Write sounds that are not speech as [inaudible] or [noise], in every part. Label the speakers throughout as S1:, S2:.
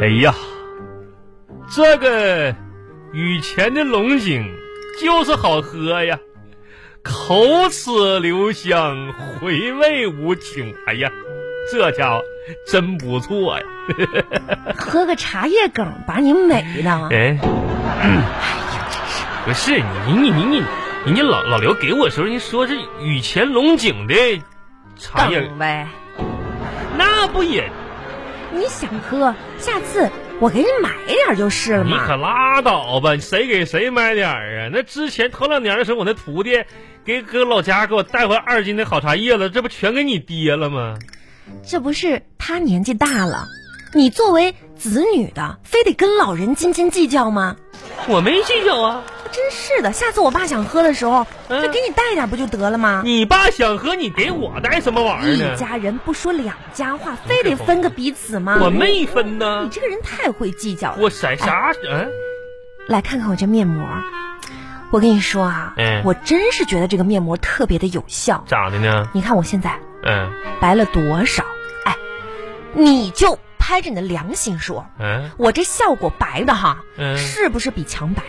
S1: 哎呀，这个雨前的龙井就是好喝呀，口齿留香，回味无穷。哎呀，这家伙真不错呀！
S2: 喝个茶叶梗把你美的，
S1: 哎， [clears throat] 不是你你你你你你老老刘给我的时候，人说是雨前龙井的茶叶，
S2: 梗呗。
S1: 那不也
S2: 你想喝，下次我给你买点儿就是了
S1: 你
S2: 嘛。
S1: 可拉倒吧，谁给谁买点儿啊？那之前头两年的时候，我那徒弟给搁老家给我带回来二斤的好茶叶了，这不全给你爹了吗？
S2: 这不是他年纪大了，你作为子女的，非得跟老人斤斤计较吗？
S1: 我没计较啊，
S2: 真是的，下次我爸想喝的时候，
S1: 嗯
S2: 再给你带点儿不就得了吗？
S1: 你爸想喝，你给我带什么玩意儿
S2: 一
S1: 呢？
S2: 家人不说两家话，非得分个彼此吗？
S1: 我没分
S2: 你
S1: 呢，
S2: 这个人太会计较了。
S1: 我啥啥嗯
S2: 来看看我这面膜，我跟你说啊，
S1: 嗯
S2: 我真是觉得这个面膜特别的有效。
S1: 咋的呢？
S2: 你看我现在
S1: 嗯
S2: 白了多少？哎，你就拍着你的良心说，
S1: 嗯，
S2: 我这效果白的哈，
S1: 嗯
S2: 是不是比墙白？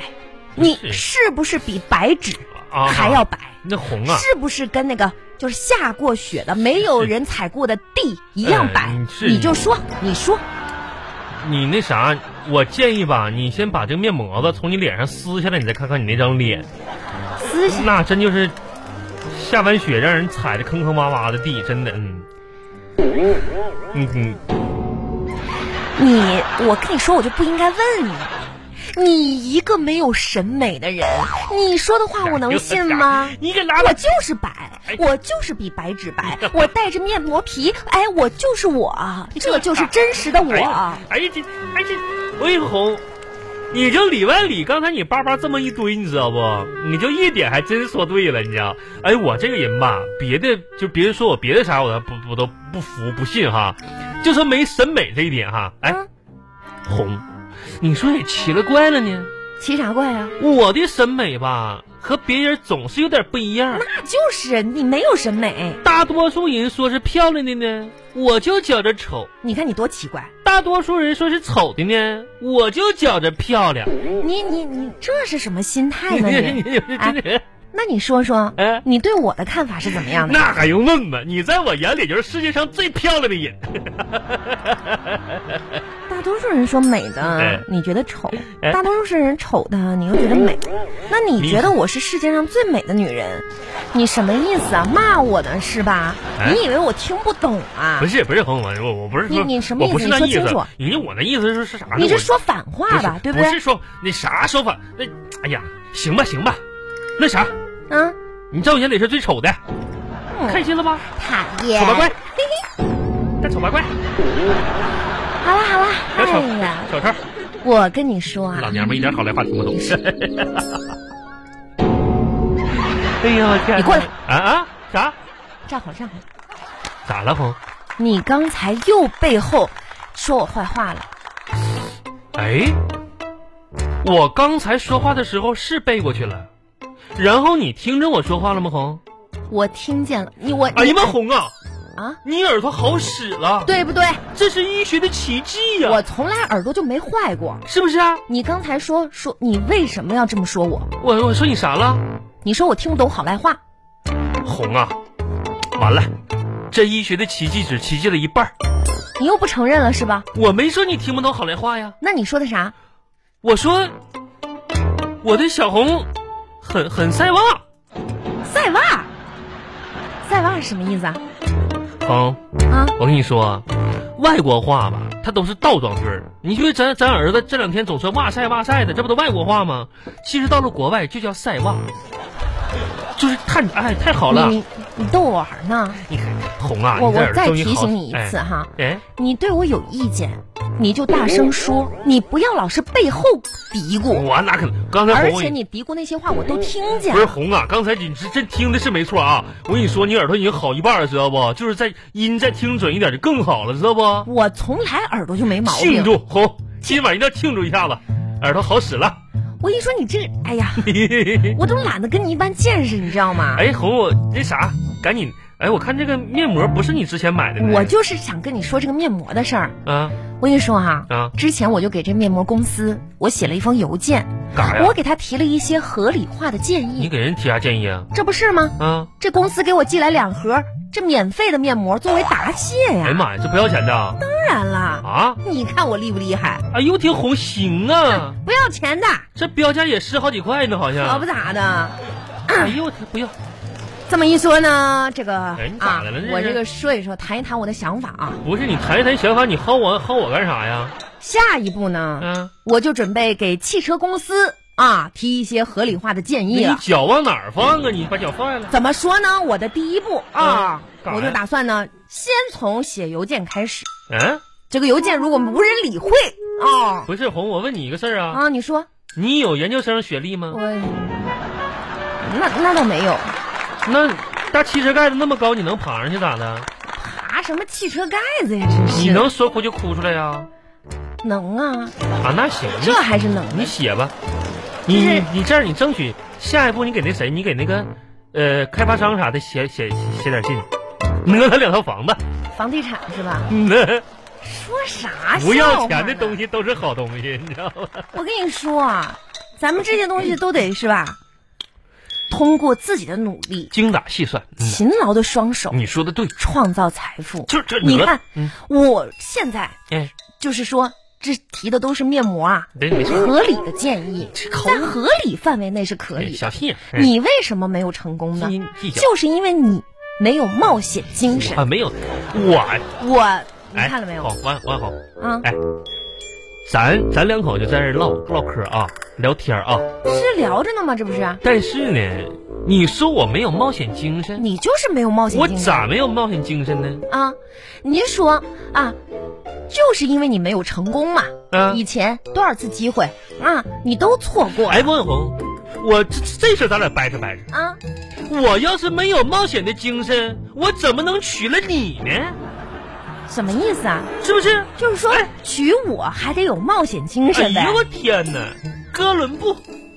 S1: 不是
S2: 你是不是比白纸
S1: 啊
S2: 还要白？
S1: 那红啊，
S2: 是不是跟那个就是下过雪的、没有人踩过的地一样白？
S1: 嗯是
S2: 你就说，你说，
S1: 你那啥，我建议吧，你先把这个面膜子从你脸上撕下来，你再看看你那张脸。
S2: 私下
S1: 那真就是下完雪让人踩的坑坑洼洼的地，真的，嗯，嗯嗯，
S2: 你，我跟你说，我就不应该问你。你一个没有审美的人，你说的话我能信吗？
S1: 你给拉
S2: 我
S1: 倒！
S2: 就是白
S1: 哎，
S2: 我就是比白纸白，我带着面膜皮，哎，我就是我，这就是真实的
S1: 哎呀
S2: 我。，啊
S1: 哎呀这，哎这，魏红，你就里外里，刚才你叭叭这么一堆，你知道不？你就一点还真说对了，你知道？哎，我这个人吧，别的就别人说我别的啥，我都不我都不服不信哈，就说没审美这一点哈，哎，
S2: 嗯
S1: 红，你说也奇了怪了呢。
S2: 奇啥怪啊？
S1: 我的审美吧，和别人总是有点不一样。
S2: 那就是啊你没有审美，
S1: 大多数人说是漂亮的呢，我就觉着丑；
S2: 你看你多奇怪，
S1: 大多数人说是丑的呢，我就觉着漂亮。
S2: 你你你这是什么心态
S1: 你
S2: 呢
S1: 你
S2: 你？
S1: [laughs]
S2: 啊
S1: 你这人，
S2: 那你说说
S1: 哎，
S2: 你对我的看法是怎么样的？
S1: 那还用问吗？你在我眼里就是世界上最漂亮的
S2: [laughs]
S1: 人。
S2: 大多数人说美
S1: 哎
S2: 的，你觉得丑；
S1: 哎
S2: 大多数人丑的，你又觉得美。那你
S1: 你
S2: 觉得我是世界上最美的女人？你什么意思啊？骂我呢是吧？
S1: 哎
S2: 你以为我听不懂啊
S1: 不？是不是，红红，我我不是
S2: 你
S1: 说
S2: 你什么意
S1: 我不
S2: 思
S1: 是那
S2: 你说
S1: 意思
S2: 清楚。
S1: 人家我那意思是是啥呢？
S2: 你这
S1: 我
S2: 说反话吧，对
S1: 不
S2: 对
S1: 是？不？是说那啥说法，那哎呀，行吧行吧，那啥，
S2: 啊，
S1: 你在我眼里是最丑的，
S2: 嗯
S1: 开心了吧？
S2: 讨厌
S1: 丑八怪，大丑八怪，
S2: 好了好了，
S1: 小丑
S2: 哎呀，，
S1: 小丑，
S2: 我跟你说啊
S1: 老，娘们一点好赖话听不懂。 [laughs] 哎呦我天！
S2: 你过来
S1: 啊啊！啥？
S2: 站好站好，
S1: 咋了红？
S2: 你刚才又背后说我坏话了。
S1: 哎，我刚才说话的时候是背过去了，然后你听着我说话了吗红？
S2: 我听见了，你我
S1: 哎呀妈红啊！
S2: 啊，
S1: [laughs] 你耳朵好使了，
S2: 对不对？
S1: 这是医学的奇迹呀、
S2: 我从来耳朵就没坏过。
S1: 是不是啊？
S2: 你刚才说说你为什么要这么说我？
S1: 我我说你啥了？
S2: 你说我听不懂好赖话，
S1: 红啊，完了，这医学的奇迹只奇迹了一半儿
S2: 你又不承认了是吧？
S1: 我没说你听不懂好赖话呀。
S2: 那你说的啥？
S1: 我说，我对小红很很塞啊望。
S2: 塞袜，塞袜是什么意思啊？
S1: 红，
S2: 啊，
S1: 哦我跟你说啊，外国话吧，它都是倒装句儿。你就咱咱儿子这两天总说哇塞哇塞的，这不都外国话吗？其实到了国外就叫塞哇，就是太哎太好了。
S2: 你你逗我玩儿呢？
S1: 你看红啊，
S2: 我
S1: 你这
S2: 我
S1: 耳朵
S2: 再
S1: 终于
S2: 提
S1: 好
S2: 醒你一次。啊哈，
S1: 哎哎，
S2: 你对我有意见，你就大声说，你不要老是背后嘀咕，
S1: 哎我哪可能？刚才
S2: 而
S1: 红我
S2: 且你嘀咕那些话我都听见
S1: 不是
S2: 了。
S1: 红啊，刚才你这这听的是没错啊。我跟你说，你耳朵已经好一半儿了，知道不？就是再音再听准一点就更好了，知道不？
S2: 我从来耳朵就没毛
S1: 庆
S2: 病。
S1: 祝红，今晚一定要庆祝一下子！耳朵好使了。 [laughs]
S2: 我一说你这，哎呀，我都懒得跟你一般见识，你知道吗？
S1: 哎，红，那啥，赶紧，哎，我看这个面膜不是你之前买的呢，
S2: 我就是想跟你说这个面膜的事儿。
S1: 啊
S2: 我跟你说哈，
S1: 啊，
S2: 之前我就给这面膜公司，我写了一封邮件，
S1: 干哎啥呀
S2: 我？给他提了一些合理化的建
S1: 你
S2: 议，
S1: 给人提啥建议啊？
S2: 这不是吗？
S1: 啊，
S2: 这公司给我寄来两盒这免费的面膜作为答谢
S1: 哎
S2: 呀
S1: 呀。妈呀，这不要钱的啊
S2: 当然啦，
S1: 啊？
S2: 你看我厉不厉害？
S1: 哎呦，挺红，行啊，
S2: 不要钱的，
S1: 这标价也十好几块呢，好
S2: 可
S1: 像
S2: 不。咋的。
S1: 哎呦，我天，不要，
S2: 这么一说呢，这个
S1: 哎你咋
S2: 啊
S1: 的了这，是
S2: 我这个说一说，谈一谈我的想法啊。
S1: 不是你谈一谈想法，你薅我薅我干啥呀？
S2: 下一步呢，
S1: 嗯，
S2: 我就准备给汽车公司啊提一些合理化的建议
S1: 你
S2: 了。
S1: 脚往哪儿放啊？你把脚放下来。
S2: 怎么说呢？我的第一步啊，
S1: 嗯
S2: 我就打算呢，先从写邮件开始。
S1: 嗯，
S2: 这个邮件如果无人理会啊
S1: 不是红，我问你一个事儿啊，
S2: 啊，你说
S1: 你有研究生学历吗？
S2: 我那那倒没有，
S1: 那大汽车盖子那么高，你能爬上去咋的？
S2: 爬什么汽车盖子呀？真是
S1: 你能说哭就哭出来呀、
S2: 能啊，
S1: 啊？那行，
S2: 这还是能
S1: 你你写吧，
S2: 就
S1: 你
S2: 是嗯
S1: 你你这样你争取下一步你给那谁，你给那个呃开发商啥的写写写点信，讹他两套房子， [laughs]
S2: 房地产是吧？
S1: 那
S2: 说啥
S1: 不
S2: 笑
S1: 要
S2: 话
S1: 钱的
S2: 呢
S1: 东西都是好东
S2: 啊
S1: 西，你知道吗？
S2: 我跟你说啊，咱们这些东西都得是吧？通过自己的努力、
S1: 精打细算，嗯
S2: 勤劳的双手
S1: 你说的对，
S2: 创造财富。
S1: 嗯就这
S2: 你
S1: 讹
S2: 看，
S1: 嗯，
S2: 我现在
S1: 哎，
S2: 就是说，这提的都是面膜啊，
S1: 对，没错，
S2: 合理的建议，在合理范围内是可
S1: 哎
S2: 以
S1: 小
S2: 的。
S1: 心眼儿，哎
S2: 你为什么没有成功呢
S1: 斤？斤计较
S2: 就是因为你没有冒险精神。
S1: 啊，没有我，
S2: 我，你
S1: 哎
S2: 看了没有？
S1: 好，完完好。
S2: 啊，
S1: 哎，咱咱两口就在这儿唠唠嗑啊，聊天啊。
S2: 是聊着呢吗？这不是？
S1: 但是呢，你说我没有冒险精神，
S2: 你就是没有冒险
S1: 我
S2: 精神。
S1: 咋没有冒险精神呢？
S2: 啊，您说啊，就是因为你没有成功嘛，
S1: 啊
S2: 以前多少次机会啊，你都错过
S1: 哎，孟红，我这这事儿咱俩掰扯掰扯。
S2: 啊，
S1: 我要是没有冒险的精神，我怎么能娶了你呢？
S2: 什么意思啊？
S1: 是不是？
S2: 就是说
S1: 哎
S2: 娶我还得有冒险精
S1: 哎
S2: 神呗
S1: 呦，我天哪！哥伦布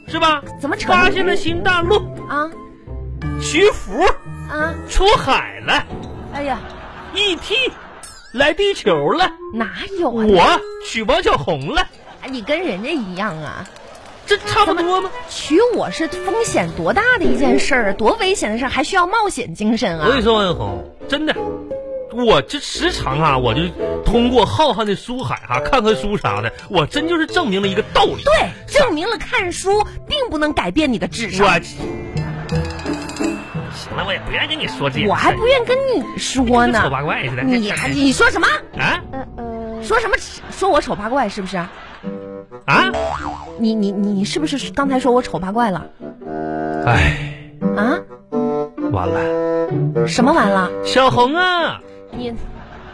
S1: 是吧？
S2: 怎么成
S1: 发现了新大陆，
S2: 啊
S1: 徐福
S2: 啊？
S1: 出海了
S2: 哎呀，
S1: ，E.T. 来地球了，
S2: 哪有啊？
S1: 我娶王小红了，
S2: 你跟人家一样啊？
S1: 这差不多吗？
S2: 娶我是风险多大的一件事儿啊，多危险的事儿，还需要冒险精神
S1: 我跟
S2: 啊
S1: 你？说，万红，真的，我这时常啊，我就通过浩瀚的书海啊，看看书啥的，我真就是证明了一个道理。
S2: 对，证明了看书并不能改变你的智
S1: 我
S2: 商。
S1: 行了，我也不愿意跟你说这些事儿，
S2: 我还不愿跟你说
S1: 跟
S2: 呢
S1: 丑，八怪似的。
S2: 你还你说什么？
S1: 啊
S2: 说什么？说我丑八怪是不是？
S1: 啊！
S2: 你你你你是不是刚才说我丑八怪了
S1: 哎，
S2: 啊？
S1: 完了，
S2: 什么完了？
S1: 小红啊，
S2: 你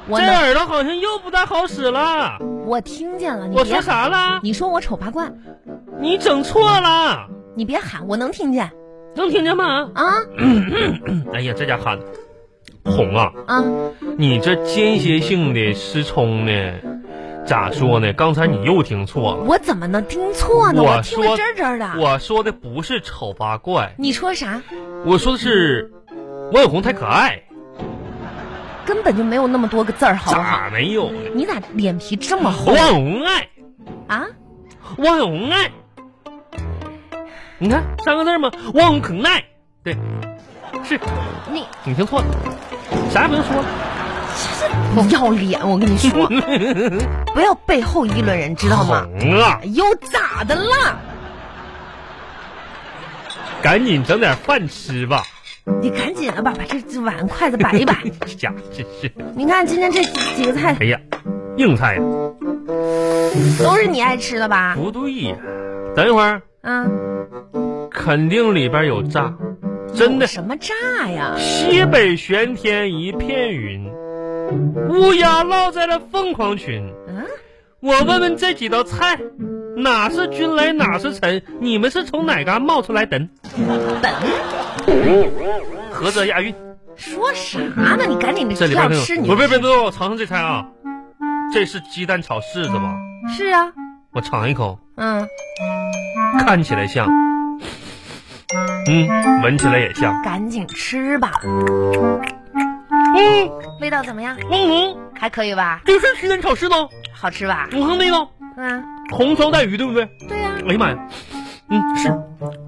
S2: 我
S1: 这
S2: 呢？
S1: 耳朵好像又不大好使了。
S2: 我听见了，你
S1: 我
S2: 别
S1: 说啥了？
S2: 你说我丑八怪，
S1: 你整错了，
S2: 你别喊，我能听见
S1: 能听见吗？
S2: 啊
S1: 哎呀，这家喊的，红啊！
S2: 啊！
S1: 你这间歇性的失聪呢，咋说呢？刚才你又听错了。
S2: 我怎么能听错呢？
S1: 我
S2: 我听得
S1: 说
S2: 真真的。
S1: 我说的不是丑八怪，
S2: 你说啥？
S1: 我说的是王小红太可爱，
S2: 根本就没有那么多个字儿，好不好？
S1: 咋没有呢？
S2: 你咋脸皮这么厚
S1: 王小红爱，
S2: 啊？
S1: 王小红爱，你看三个字吗？王小红可爱，对，是
S2: 你
S1: 你听错了，啥也不用说了。
S2: 不要脸！我跟
S1: [laughs]
S2: 你说，不要背后议论人，知道吗？
S1: 红啊，
S2: 又咋的了？
S1: 赶紧整点饭吃吧， [laughs]
S2: 你赶紧的吧，把这这碗筷子摆一摆。
S1: 哎这家伙真是，
S2: 你看今天这几几个菜
S1: 哎呀，硬菜啊呀，
S2: 都是你爱吃的吧？
S1: 不对呀，等一会儿。
S2: 啊，
S1: 肯定里边有诈，真的
S2: 有。什么炸呀？
S1: 西北玄天一片云，乌鸦落在了凤凰群。
S2: 嗯、
S1: 我问问这几道菜，哪是君来哪是臣？你们是从哪嘎冒出来的？
S2: 本
S1: 合辙押韵，
S2: 说啥呢？你赶紧
S1: 这里边
S2: 要
S1: 可有
S2: 吃你
S1: 不是别别别，我尝尝这菜啊，这是鸡蛋炒柿子吧？
S2: 是啊，
S1: 我尝一口，
S2: 嗯，
S1: 看起来像，嗯，闻起来也像，
S2: 赶紧吃吧。
S1: 嗯，
S2: 味道怎么样？
S1: 汪龙，
S2: 还可以吧？
S1: 这是西单炒市吗？
S2: 好吃吧？
S1: 我看味道，
S2: 嗯，
S1: 红烧带鱼对不对？
S2: 对啊呀、
S1: 哎呀妈呀，嗯，是，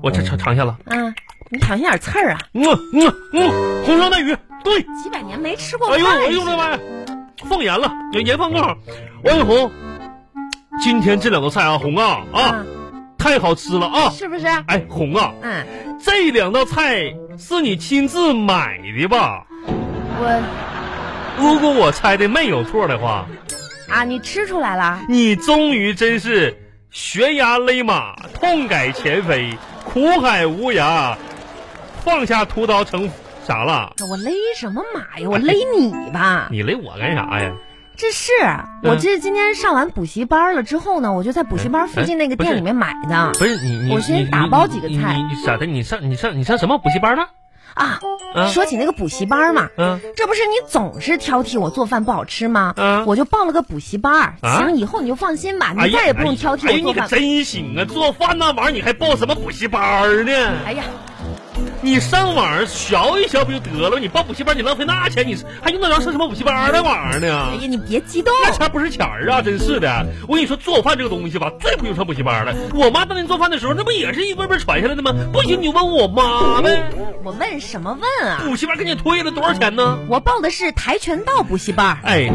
S1: 我尝尝尝一下了，
S2: 嗯，你好像有点刺儿啊，
S1: 嗯嗯嗯，红烧带鱼，对，
S2: 几百年没吃过
S1: 哎呦
S2: 饭
S1: 哎呦我的妈呀，放盐了，盐放够了，王小红，今天这两道菜啊，红啊啊，
S2: 嗯
S1: 太好吃了啊！
S2: 是不是？
S1: 哎，红啊，
S2: 嗯，
S1: 这两道菜是你亲自买的吧？
S2: 我
S1: 如果我猜的没有错的话，
S2: 啊，你吃出来了，哎
S1: 你终于真是悬崖勒马，痛改前非，苦海无涯，放下屠刀成啥了？
S2: 我勒什么马呀？我勒你吧！
S1: 你勒我干啥呀？
S2: 这是
S1: 嗯
S2: 我这今天上完补习班了之后呢，我就在补习班附近那个店里面买的
S1: 不是你你
S2: 我先
S1: 你
S2: 打包几个菜
S1: 你你你咋的？你上你上你上什么补习班了？
S2: 啊。
S1: 嗯
S2: 说起那个补习班嘛，
S1: 嗯，
S2: 这不是你总是挑剔我做饭不好吃吗？
S1: 嗯
S2: 我就报了个补习班儿，
S1: 啊
S2: 行，以后你就放心吧，
S1: 哎
S2: 你
S1: 呀
S2: 再也不用挑剔
S1: 哎呀哎呀
S2: 我
S1: 你
S2: 做
S1: 可
S2: 饭。
S1: 真行啊！做饭那玩意儿你还报什么补习班儿呢？
S2: 哎呀，
S1: 你上网学一学不就得了？你报补习班你浪费那钱，你还用得着上什么补习班儿那玩意儿
S2: 哎
S1: 呢？
S2: 呀，你别激动，
S1: 那钱不是钱儿啊！真是的，我跟你说，做饭这个东西吧，最不用上补习班了。我妈当年做饭的时候，那不也是一份份传下来的吗？不行，你就问我妈呗。
S2: 我问什么问啊？
S1: 补习班给你退了多少钱呢？
S2: 我报的是跆拳道补习班儿，
S1: 哎，